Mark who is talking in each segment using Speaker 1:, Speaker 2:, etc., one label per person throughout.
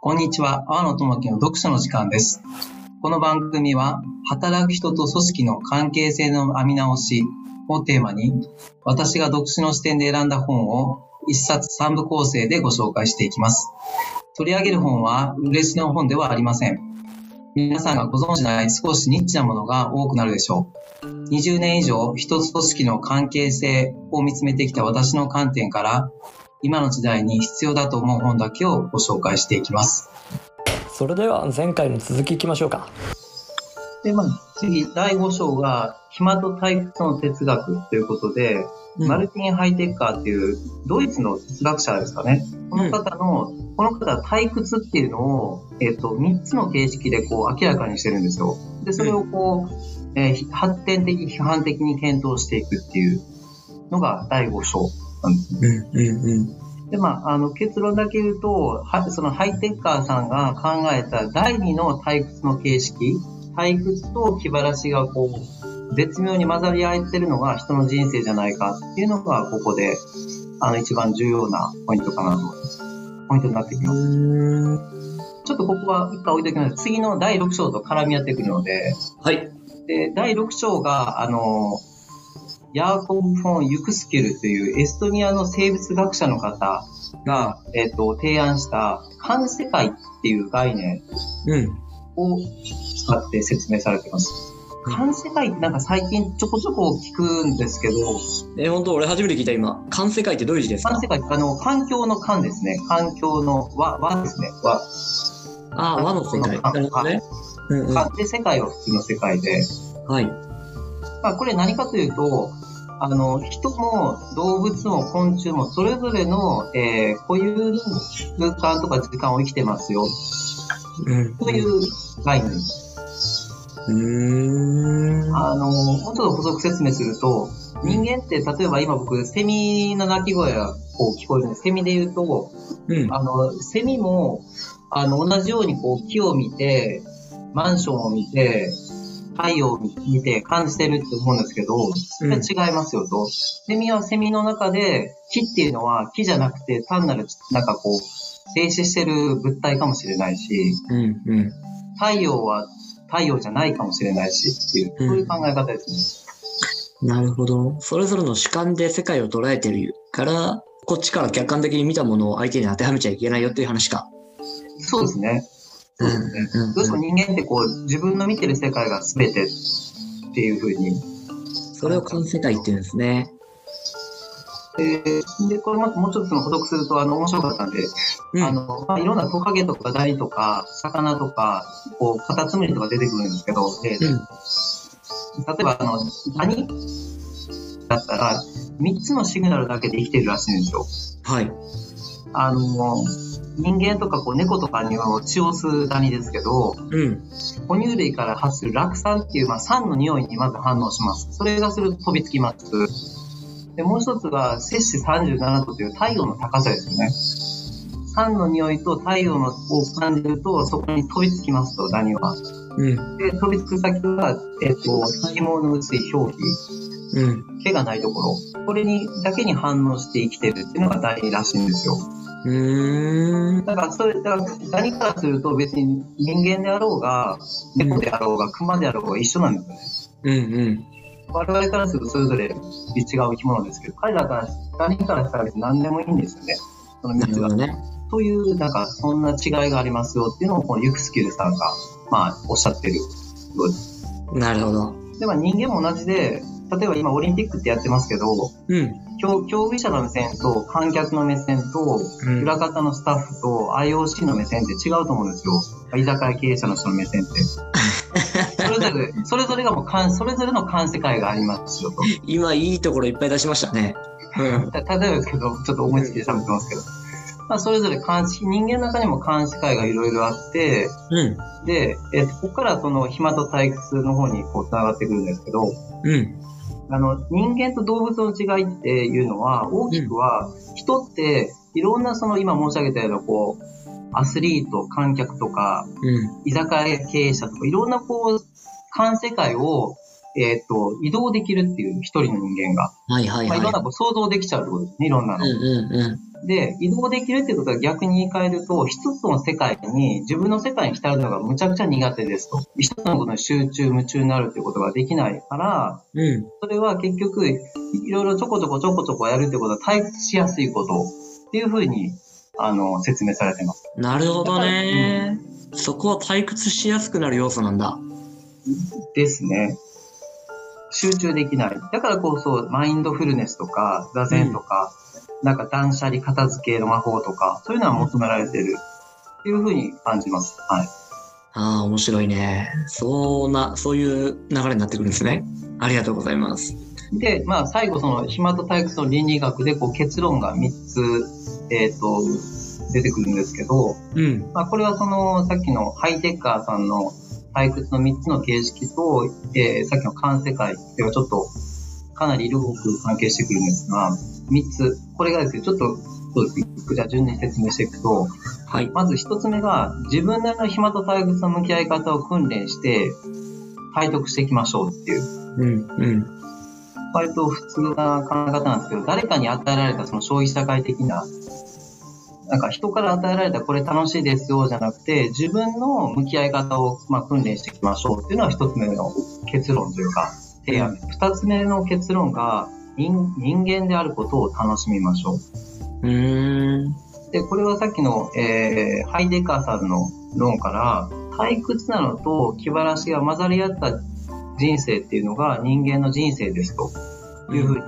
Speaker 1: こんにちは、阿野智樹の読書の時間です。この番組は、働く人と組織の関係性の編み直しをテーマに、私が読書の視点で選んだ本を一冊三部構成でご紹介していきます。取り上げる本は、売れ筋の本ではありません。皆さんがご存知ない少しニッチなものが多くなるでしょう。20年以上、一つ組織の関係性を見つめてきた私の観点から、今の時代に必要だと思う本だけをご紹介していきます。
Speaker 2: それでは前回の続きいきましょうか
Speaker 1: で、まあ、次、第5章が、暇と退屈の哲学ということで、
Speaker 2: うん
Speaker 1: マルティン・ハイテッカーっていう、ドイツの哲学者ですかね。この方の、この方は退屈っていうのを、えっ、と、3つの形式でこう、明らかにしてるんですよ。で、それをこう、えーひ発展的、批判的に検討していくっていうのが第5章なんですね。
Speaker 2: うんうん
Speaker 1: で、まあ、あの、結論だけ言うと、はそのハイテッカーさんが考えた第二の退屈の形式、退屈と気晴らしがこう、絶妙に混ざり合えてるのが人の人生じゃないかっていうのが、ここで、あの、一番重要なポイントかなと思います。ポイントになってきます。
Speaker 2: うん
Speaker 1: ちょっとここは一回置いておきます。次の第6章と絡み合ってくるので、
Speaker 2: はい
Speaker 1: で、第6章が、あの、ヤーコブ・フォン・ユクスキュルというエストニアの生物学者の方が、えっと、提案した、環世界っていう概念
Speaker 2: うん
Speaker 1: を使って説明されてます。環世界ってなんか最近ちょこちょこ聞くんですけど、
Speaker 2: え本当俺初めて聞いた今「環世界」ってどういう字です
Speaker 1: 環
Speaker 2: か
Speaker 1: 世界、あの、環境の環ですね。環境の和、和ですね。和。
Speaker 2: ああ和の世界
Speaker 1: あ
Speaker 2: なるほどねうんうん
Speaker 1: 環で世界は普通の世界で。
Speaker 2: はい
Speaker 1: まあ、これ何かというと、あの、人も動物も昆虫もそれぞれの、えー固有の空間とか時間を生きてますよ。
Speaker 2: うん
Speaker 1: という概念。
Speaker 2: うん
Speaker 1: あの、もうちょっと補足説明すると、人間って例えば今僕、セミの鳴き声がこう聞こえるんです。セミで言うと、
Speaker 2: うん
Speaker 1: あの、セミも、あの、同じようにこう木を見て、マンションを見て、太陽を見て感じてるって思うんですけど、それは違いますよと。セミはセミの中で、木っていうのは木じゃなくて、単なる、なんかこう、静止してる物体かもしれないし、
Speaker 2: うんうん
Speaker 1: 太陽は太陽じゃないかもしれないしっていう、そういう考え方です
Speaker 2: なるほどそれぞれの主観で世界を捉えてるからこっちから客観的に見たものを相手に当てはめちゃいけないよっていう話か
Speaker 1: ね。そうですね。そうですね。
Speaker 2: うんうん
Speaker 1: どうしても人間ってこう、自分の見てる世界が全てっていう風に
Speaker 2: それを環世界っていうんですね
Speaker 1: で、でこれももうちょっとその補足すると、あの、面白かったんで、
Speaker 2: うん
Speaker 1: あの、まあ、いろんなトカゲとかダニとか、魚とか、こう、カタツムリとか出てくるんですけど、で、
Speaker 2: う
Speaker 1: 例
Speaker 2: ん
Speaker 1: えば、あの、ダニだったら、3つのシグナルだけで生きてるらしいんですよ。
Speaker 2: はい
Speaker 1: あの、人間とかこう猫とかには血を吸うダニですけど、
Speaker 2: うん
Speaker 1: 哺乳類から発する酪酸っていう、まあ、酸の匂いにまず反応します。それがすると飛びつきます。で、もう一つが、摂氏37度という太陽の高さですよね。酸の匂いと太陽のを感じると、そこに飛びつきますと、ダニは。
Speaker 2: うん
Speaker 1: で、飛びつく先は、えっと、体毛の薄い表皮、
Speaker 2: うん
Speaker 1: 毛がないところ、これに、だけに反応して生きてるっていうのがダニらしいんですよ。
Speaker 2: うーん
Speaker 1: だからそれだから何からすると別に人間であろうが猫であろうが熊であろうが一緒なんですよね。
Speaker 2: うんうん
Speaker 1: 我々からするとそれぞれ違う生き物ですけど彼らから何からしたら別に何でもいいんですよね。その
Speaker 2: な
Speaker 1: 3
Speaker 2: る
Speaker 1: つ
Speaker 2: ほ
Speaker 1: が。
Speaker 2: どね
Speaker 1: というなんかそんな違いがありますよっていうのをこのユクスキルさんがまあおっしゃってるようです。
Speaker 2: なるほど
Speaker 1: でまあ人間も同じで例えば今オリンピックってやってますけど
Speaker 2: うん
Speaker 1: 競競技者の目線と観客の目線と
Speaker 2: うん
Speaker 1: 裏方のスタッフと IOC の目線って違うと思うんですよ。居酒屋経営者の人の目線って。それぞれ、それぞれがもうかん、それぞれの感世界がありますよと。
Speaker 2: 今いいところいっぱい出しましたね。うん。
Speaker 1: た例えばですけど、ちょっと思いつきで喋ってますけど。まあ、それぞれ監視、人間の中にも監視界がいろいろあって、
Speaker 2: うん。
Speaker 1: で、えっと、ここからその暇と退屈の方にこう繋がってくるんですけど、
Speaker 2: うん。
Speaker 1: あの、人間と動物の違いっていうのは、大きくは、人って、いろんなその、今申し上げたような、こう、アスリート、観客とか、
Speaker 2: うん。
Speaker 1: 居酒屋経営者とか、いろんなこう、環世界を、えっ、と、移動できるっていう、一人の人間が。
Speaker 2: はいはい
Speaker 1: まあ、
Speaker 2: はい
Speaker 1: ろん
Speaker 2: い。
Speaker 1: なこう想像できちゃうってことですね、いろんな
Speaker 2: うん
Speaker 1: の。
Speaker 2: うんう
Speaker 1: で、移動できるってことは逆に言い換えると、一つの世界に、自分の世界に浸るのがむちゃくちゃ苦手ですと。一つのことに集中、夢中になるってことができないから、
Speaker 2: うん。
Speaker 1: それは結局、いろいろちょこちょこちょこちょこやるってことは退屈しやすいことっていうふうに、あの、説明されてます。
Speaker 2: なるほどね。そこは退屈しやすくなる要素なんだ。
Speaker 1: ですね。集中できない。だからこそ、マインドフルネスとか、座禅とか、なんか断捨離片付けの魔法とか、そういうのは求められてる。っていうふうに感じます。はい。
Speaker 2: ああ、面白いね。そうな、そういう流れになってくるんですね。ありがとうございます。
Speaker 1: で、まあ、最後、その、暇と退屈の倫理学で、こう、結論が3つ、えっ、と、出てくるんですけど、
Speaker 2: うん。
Speaker 1: まあ、これはその、さっきのハイテッカーさんの退屈の3つの形式と、えーさっきの環世界ではちょっと、かなり色濃く関係してくるんですが、3つ、これがですね、ちょっと、そうですね、じゃあ順に説明していくと、
Speaker 2: はい。
Speaker 1: まず1つ目が、自分なりの暇と退屈の向き合い方を訓練して、体得していきましょうっていう。
Speaker 2: うん。うん。
Speaker 1: 割と普通な考え方なんですけど、誰かに与えられたその消費社会的な、なんか人から与えられたこれ楽しいですよじゃなくて、自分の向き合い方をまあ訓練していきましょうっていうのは一つ目の結論というか、提案。二つ目の結論が、人人間であることを楽しみましょう。
Speaker 2: うーん。
Speaker 1: で、これはさっきの、えーハイデカーさんの論から、退屈なのと気晴らしが混ざり合った人生っていうのが人間の人生ですというふうに、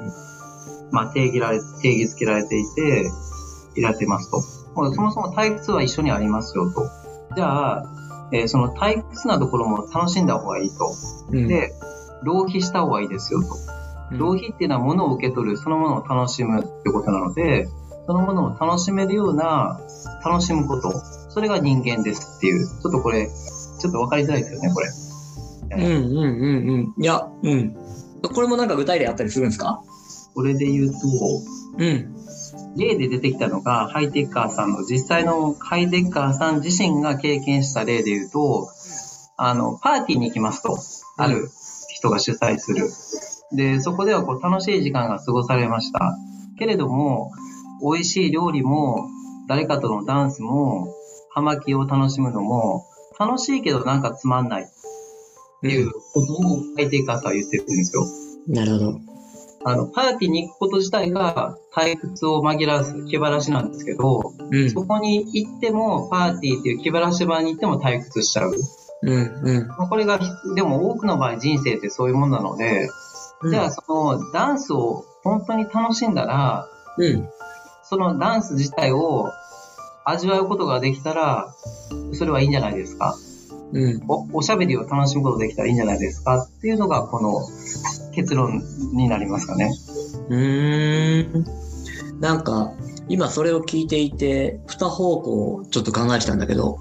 Speaker 1: まあ、定義られ、定義づけられていて、いられてますと。もうそもそも退屈は一緒にありますよと。じゃあ、えーその退屈なところも楽しんだ方がいいと。
Speaker 2: うん、
Speaker 1: で、浪費した方がいいですよと。
Speaker 2: うん、
Speaker 1: 浪費っていうのは物を受け取る、そのものを楽しむってことなので、そのものを楽しめるような、楽しむこと、それが人間ですっていう、ちょっとこれ、ちょっと分かりづらいですよね、これ。
Speaker 2: うんうんうんうん。いや、うん。これもなんか具体例あったりするんですか
Speaker 1: これで言うと、
Speaker 2: うん。
Speaker 1: 例で出てきたのが、ハイテッカーさんの、実際のハイテッカーさん自身が経験した例で言うと、あの、パーティーに行きますと、ある人が主催する。で、そこではこう楽しい時間が過ごされました。けれども、美味しい料理も、誰かとのダンスも、葉巻を楽しむのも、楽しいけどなんかつまんないって
Speaker 2: う
Speaker 1: いうことをハイテッカーさんは言ってるんですよ。
Speaker 2: ん。なるほど。
Speaker 1: あの、パーティーに行くこと自体が退屈を紛らわす気晴らしなんですけど、
Speaker 2: うん。
Speaker 1: そこに行っても、パーティーっていう気晴らし場に行っても退屈しちゃう。
Speaker 2: うんうん。
Speaker 1: まあこれが、でも多くの場合人生ってそういうものなので、じゃあそのダンスを本当に楽しんだら、
Speaker 2: うん。
Speaker 1: そのダンス自体を味わうことができたら、それはいいんじゃないですか。
Speaker 2: うん。
Speaker 1: おおしゃべりを楽しむことができたらいいんじゃないですかっていうのが、この結論になりますかね。
Speaker 2: うーん。なんか、今それを聞いていて、二方向をちょっと考えてたんだけど、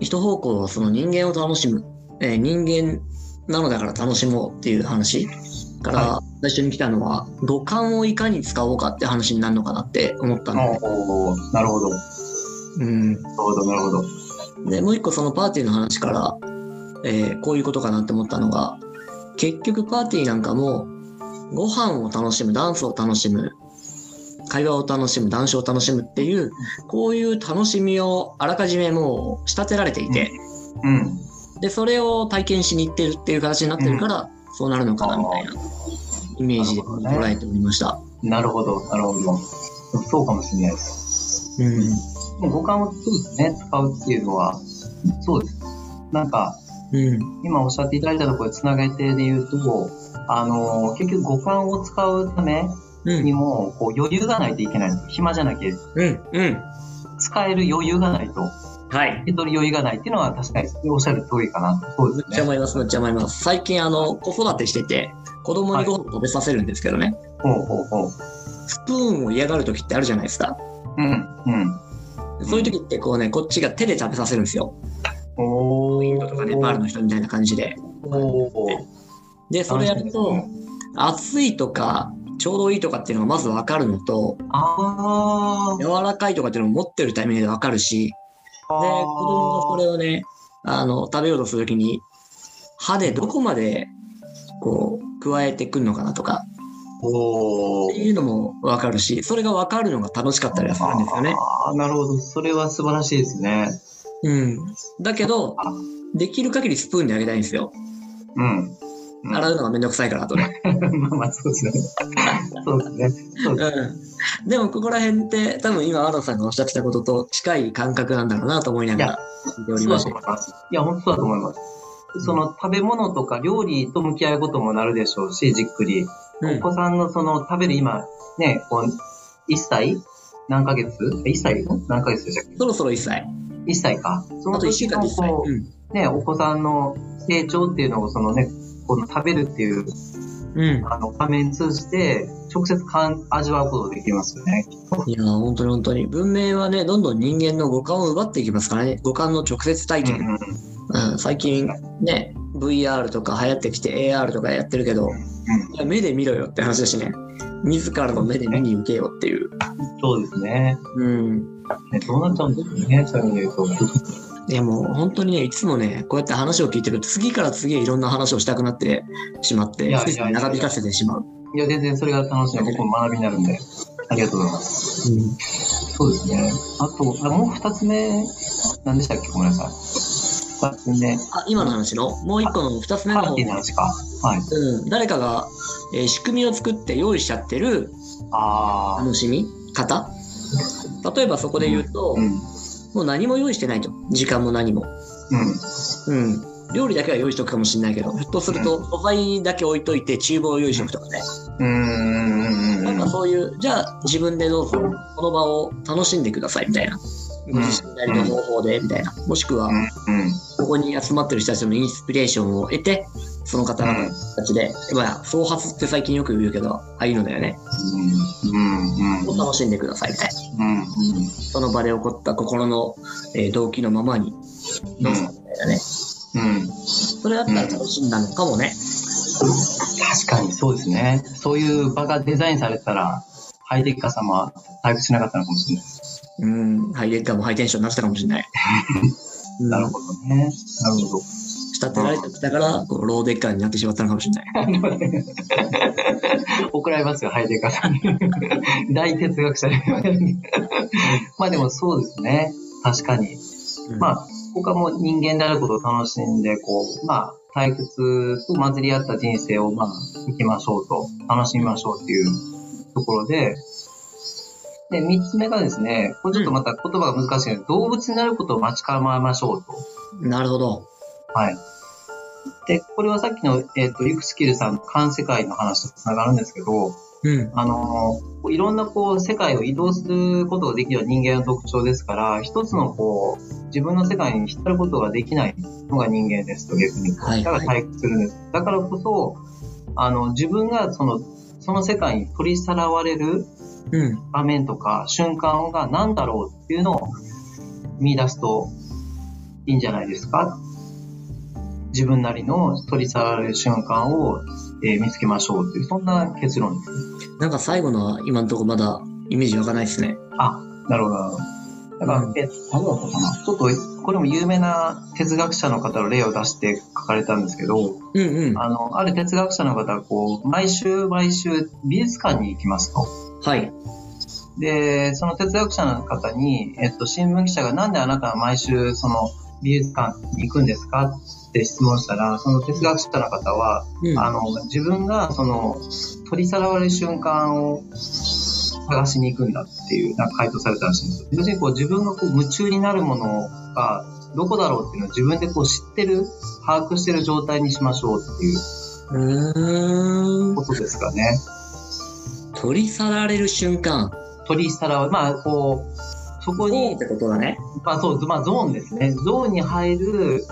Speaker 2: 一方向はその人間を楽しむ。えー人間なのだから楽しもうっていう話から、最初に来たのは、五感をいかに使おうかって話になるのかなって思ったので、
Speaker 1: おーなるほど。な
Speaker 2: うん。
Speaker 1: るほど、なるほど。
Speaker 2: でもう一個そのパーティーの話から、えーこういうことかなって思ったのが結局パーティーなんかもご飯を楽しむダンスを楽しむ会話を楽しむ談笑を楽しむっていうこういう楽しみをあらかじめもう仕立てられていて、
Speaker 1: うん。
Speaker 2: でそれを体験しに行ってるっていう形になってるから、そうなるのかなみたいなイメージで捉えておりました。
Speaker 1: なるほど、なるほど。そうかもしれないです。
Speaker 2: うん
Speaker 1: でも五感をそうですね、使うっていうのは、そうです。なんか、
Speaker 2: うん
Speaker 1: 今おっしゃっていただいたところでつなげてで言うと、あの、結局五感を使うため
Speaker 2: うん
Speaker 1: にも、こう余裕がないといけないんですよ。暇じゃなきゃ、
Speaker 2: うんうん
Speaker 1: 使える余裕がないと、
Speaker 2: はい
Speaker 1: 受け取る余裕がないっていうのは確かにおっしゃる通りかなと。そう
Speaker 2: め
Speaker 1: で
Speaker 2: っちゃ
Speaker 1: すね。
Speaker 2: 思います、めっちゃ思います。最近、あの、子育てしてて、子供にご飯食べさせるんですけどね、
Speaker 1: ほうほうほう。
Speaker 2: スプーンを嫌がる時ってあるじゃないですか。
Speaker 1: うん、うん。
Speaker 2: そういう時って、こうね、こっちが手で食べさせるんですよ。
Speaker 1: おー。イン
Speaker 2: とかネパールの人みたいな感じで。
Speaker 1: おー。
Speaker 2: で、それやると、暑いとか、ちょうどいいとかっていうのがまず分かるのと、
Speaker 1: あー。で、
Speaker 2: 柔らかいとかっていうのを持ってるタイミングで分かるし、で、子供がそれをね、あの、食べようとする時に、歯でどこまで、こう、加えてくるのかなとか、
Speaker 1: お
Speaker 2: っていうのも分かるしそれが分かるのが楽しかったりはするんですよね。
Speaker 1: ああ、なるほど。それは素晴らしいですね。
Speaker 2: うん、だけどできる限りスプーンであげたいんですよ
Speaker 1: うん。 うん
Speaker 2: 洗うのがめんどくさいから後 で。
Speaker 1: まあまあ、そうですね。 そうですね。そうですね。
Speaker 2: うんでもここら辺って多分今和田さんがおっしゃってたことと近い感覚なんだろうなと思いながら聞いており
Speaker 1: そう
Speaker 2: ま
Speaker 1: だ
Speaker 2: し
Speaker 1: と思
Speaker 2: た
Speaker 1: います。いや、本当そうだと思います。その食べ物とか料理と向き合うこともなるでしょうし、じっくり。
Speaker 2: うん
Speaker 1: お子さんのその食べる今、ね、こう、1歳何ヶ月 ?1 歳何ヶ月でしたっ
Speaker 2: そろそろ1歳
Speaker 1: け ?1 歳か。そ
Speaker 2: あ
Speaker 1: の
Speaker 2: と1週
Speaker 1: 時
Speaker 2: 間
Speaker 1: の
Speaker 2: で1歳、
Speaker 1: こ
Speaker 2: うん
Speaker 1: う、ね、お子さんの成長っていうのを、そのね、この食べるっていう
Speaker 2: うん、
Speaker 1: あの場面通じて、直接感味わうことができますよね。
Speaker 2: いやー本当に本当に文明はねどんどん人間の五感を奪っていきますからね五感の直接体
Speaker 1: うん
Speaker 2: 験、
Speaker 1: うん
Speaker 2: うん最近ね VR とか流行ってきて AR とかやってるけどいや目で見ろよって話だしね自らの目で見に受けようっていう、
Speaker 1: うんそうですね。
Speaker 2: うん、
Speaker 1: ねどうなっちゃうんですかね、そういう意味で言うと。
Speaker 2: いやもう本当にねいつもねこうやって話を聞いてると次から次へいろんな話をしたくなってしまって
Speaker 1: いやいやいや
Speaker 2: ついつい長引かせてしまう、
Speaker 1: いや、全然それが楽しい。僕も学びになるんで。ありがとうございます。そうですね。あと、あもう二つ目、何でしたっけごめんなさい。二つ目、
Speaker 2: あ今の話のもう一個の二つ目
Speaker 1: パ
Speaker 2: の
Speaker 1: ー
Speaker 2: 方
Speaker 1: ティーの話か。はい。
Speaker 2: うん、誰かが、えー仕組みを作って用意しちゃってる
Speaker 1: あ
Speaker 2: 楽しみ方例えばそこで言うと、
Speaker 1: あ。うん。うん。
Speaker 2: もう何も用意してないと時間も何も、うん、料理だけは用意しとくかもしれないけどひょっとすると素材だけ置いといて厨房を用意しとくとかね、
Speaker 1: うん。
Speaker 2: なんかそういうじゃあ自分でどうぞこの場を楽しんでくださいみたいなご自身なりの方法でみたいなもしくは
Speaker 1: うん。うん。
Speaker 2: ここに集まってる人たちのインスピレーションを得てその方々たちで、まあ創発って最近よく言うけどああいうのだよね
Speaker 1: うん。うん。
Speaker 2: を楽しんでくださいみたいな
Speaker 1: うん。
Speaker 2: その場で起こった心の、えー動機のままにどうぞみたいな
Speaker 1: う
Speaker 2: ね、
Speaker 1: ん。
Speaker 2: それだったら楽しんだのかもね。
Speaker 1: 確かにそうですね。そういう場がデザインされたら、ハイテク化さんは退屈しなかったのかもしれない。
Speaker 2: うん、ハイレッカーもハイテンションになってたかもしれない。
Speaker 1: なるほどね。なるほど。
Speaker 2: 仕立てられてたから、こうローデッカーになってしまったのかもしれない。
Speaker 1: 怒られますよ、ハイデカさんに。大哲学者に。まあでもそうですね。確かに。
Speaker 2: うん
Speaker 1: まあ、僕はもう人間であることを楽しんで、こう、まあ、退屈と混じり合った人生を、まあ、生きましょうと、楽しみましょうっていうところで、で、三つ目がですね、これちょっとまた言葉が難しいので、動物になることを待ち構えましょうと。
Speaker 2: なるほど。
Speaker 1: はい。で、これはさっきの、えっ、と、ユクスキルさんの環世界の話とつながるんですけど、
Speaker 2: うん。
Speaker 1: あのこういろんなこう世界を移動することができる人間の特徴ですから、一つのこう自分の世界に浸ることができないのが人間ですと逆に。
Speaker 2: はい、
Speaker 1: だから
Speaker 2: はい。
Speaker 1: 退屈するんです。だからこそ、あの自分がそのその世界に取りさらわれる
Speaker 2: うん。
Speaker 1: 場面とか瞬間が何だろうっていうのを見出すといいんじゃないですか。自分なりの取り去られる瞬間を、えー見つけましょうっていう、そんな結論です。
Speaker 2: なんか最後のは今のところまだイメージ湧かないですね。
Speaker 1: あ、なるほど、なるほど。だから、
Speaker 2: うん
Speaker 1: え、何だったかなちょっと、これも有名な哲学者の方の例を出して書かれたんですけど、
Speaker 2: うんうん。
Speaker 1: あの、ある哲学者の方が、こう、毎週毎週美術館に行きますと。
Speaker 2: はい。
Speaker 1: で、その哲学者の方に、えっと、新聞記者がなんであなたは毎週、その、美術館に行くんですかって質問したら、その哲学者の方は、
Speaker 2: うん。
Speaker 1: あの、自分が、その、取りさらわれる瞬間を探しに行くんだっていう、なんか回答されたらしいんですよ。要するに、こう、自分がこう夢中になるものが、どこだろうっていうのを自分でこう知ってる、把握してる状態にしましょうっていう
Speaker 2: うー
Speaker 1: こ
Speaker 2: ん。
Speaker 1: とですかね。
Speaker 2: 取り去られる瞬間。
Speaker 1: 取りさらわれ、まあ、こう、そこ
Speaker 2: おー
Speaker 1: に
Speaker 2: っ、てことだね。
Speaker 1: まあそう、まあゾーンですね。ゾーンに入る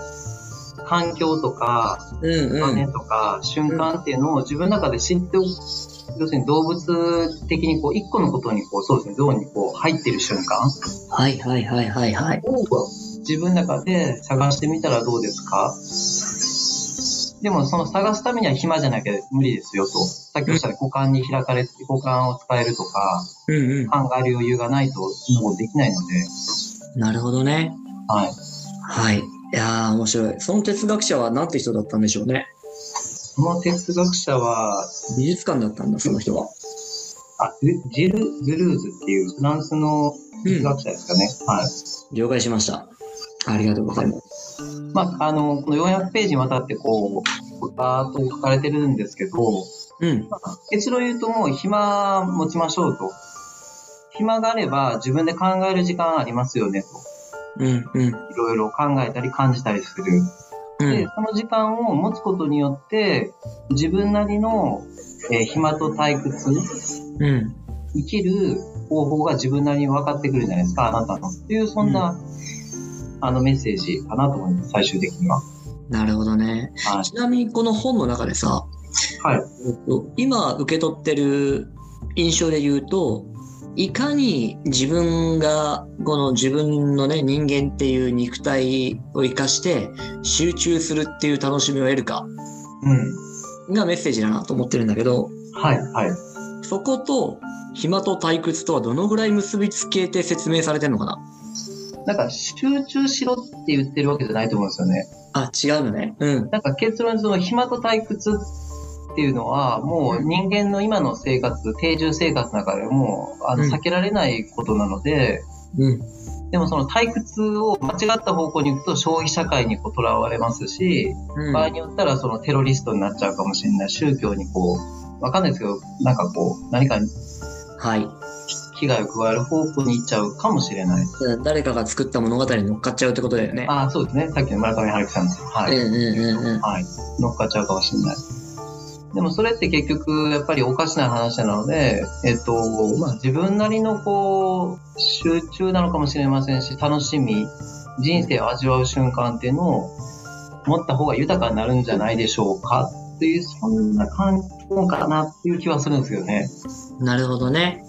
Speaker 1: 環境とか、
Speaker 2: うん
Speaker 1: 場
Speaker 2: うん。
Speaker 1: 面とか瞬間っていうのを自分の中で知っておく、要するに動物的にこう一個のことにこうそうですねゾーンにこう入ってる瞬間
Speaker 2: はいはいはいはいはい。
Speaker 1: を自分の中で探してみたらどうですかでもその探すためには暇じゃなきゃ無理ですよとさっきおっしゃった五感に開かれて五感を使えるとか
Speaker 2: うんう
Speaker 1: 考える余裕がないとそんなことできないので、
Speaker 2: ん。なるほどね。
Speaker 1: はい、
Speaker 2: はい。いやー面白い。その哲学者はなんて人だったんでしょうね。
Speaker 1: この哲学者は、
Speaker 2: 美術館だったんだ、その人は。
Speaker 1: あ、ジジル・ズルーズっていうフランスの哲学者ですかね。はい。
Speaker 2: 了解しました。ありがとうございます。
Speaker 1: まあ、あの、この400ページにわたってこう、バーっと書かれてるんですけど、
Speaker 2: うん。
Speaker 1: 結論言うともう暇持ちましょうと。暇があれば自分で考える時間ありますよねと。
Speaker 2: うん。うん。
Speaker 1: いろいろ考えたり感じたりする。
Speaker 2: う
Speaker 1: で
Speaker 2: ん。、
Speaker 1: その時間を持つことによって、自分なりの、えー暇と退屈、
Speaker 2: うん。
Speaker 1: 生きる方法が自分なりに分かってくるんじゃないですか、あなたの。っていう、そんな、あのメッセージかなと思います、最終的には。
Speaker 2: なるほどね。
Speaker 1: はい。
Speaker 2: ちなみにこの本の中でさ、
Speaker 1: はい。
Speaker 2: えっと今受け取ってる印象で言うといかに自分がこの自分のね人間っていう肉体を生かして集中するっていう楽しみを得るか
Speaker 1: うん。
Speaker 2: がメッセージだなと思ってるんだけど
Speaker 1: はい、はい。
Speaker 2: そこと暇と退屈とはどのぐらい結びつけて説明されてるのかな
Speaker 1: なんか、集中しろって言ってるわけじゃないと思うんですよね。
Speaker 2: あ違うのねうん
Speaker 1: なんか、結論、その、暇と退屈っていうのは、もう人間の今の生活、定住生活の中でも、あの、
Speaker 2: うん
Speaker 1: 避けられないことなので、
Speaker 2: うん
Speaker 1: でもその退屈を間違った方向に行くと消費社会にこう囚われますし、
Speaker 2: うん
Speaker 1: 場合によったらそのテロリストになっちゃうかもしれない宗教にこう、わかんないですけど、なんかこう、何かに
Speaker 2: はい
Speaker 1: 危害を加える方向に行っちゃうかもしれない。
Speaker 2: 誰かが作った物語に乗っかっちゃうってことだよね
Speaker 1: ああ、そうですね。さっきの村上春樹さんです。はい。
Speaker 2: うんうんうんうん
Speaker 1: はい。乗っかっちゃうかもしれない。でもそれって結局、やっぱりおかしな話なので、えっと、まあ自分なりのこう、集中なのかもしれませんし、楽しみ、人生を味わう瞬間っていうのを持った方が豊かになるんじゃないでしょうかっていう、そんな感じかなっていう気はするんですよね。
Speaker 2: なるほどね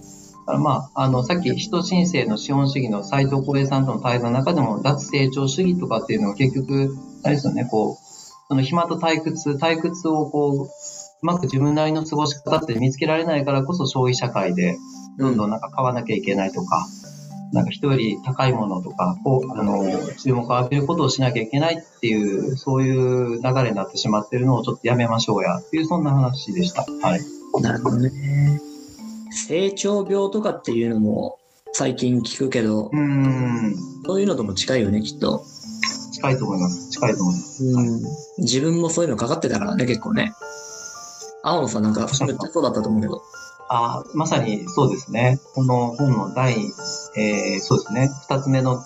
Speaker 1: だからまあ、あの、さっき人新世の資本主義の斎藤浩平さんとの対談の中でも、脱成長主義とかっていうのは結局、あれですよね、こう、その暇と退屈、退屈をこう、うまく自分なりの過ごし方って見つけられないからこそ消費社会で、どんどんなんか買わなきゃいけないとか、なんか人より高いものとか、こう、あの、注目を浴びることをしなきゃいけないっていう、そういう流れになってしまってるのをちょっとやめましょうや、っていうそんな話でした。はい。
Speaker 2: なるほどね。成長病とかっていうのも最近聞くけど
Speaker 1: う、ーん、
Speaker 2: そういうのとも近いよね、きっと。
Speaker 1: 近いと思います。近いと思います。
Speaker 2: うん。自分もそういうのかかってたからね、結構ね。青野さんなんか、
Speaker 1: そう
Speaker 2: めっちゃそうだったと思うけ ど。
Speaker 1: あまさにそうですね。この本の第、えーそうですね、二つ目の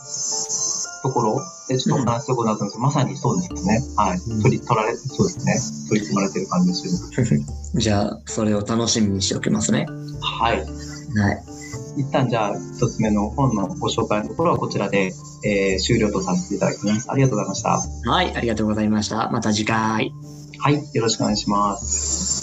Speaker 1: ところでちょっとお話ししたことになったんですけど、まさにそうですね。はい。
Speaker 2: うん
Speaker 1: 取り取られ、そうですね。取り込まれてる感じですよね。
Speaker 2: じゃあ、それを楽しみにしておきますね。
Speaker 1: はい。
Speaker 2: はい。
Speaker 1: 一旦じゃあ、一つ目の本のご紹介のところはこちらで、えー終了とさせていただきます。ありがとうございました。
Speaker 2: はい、ありがとうございました。また次回。
Speaker 1: はい。よろしくお願いします。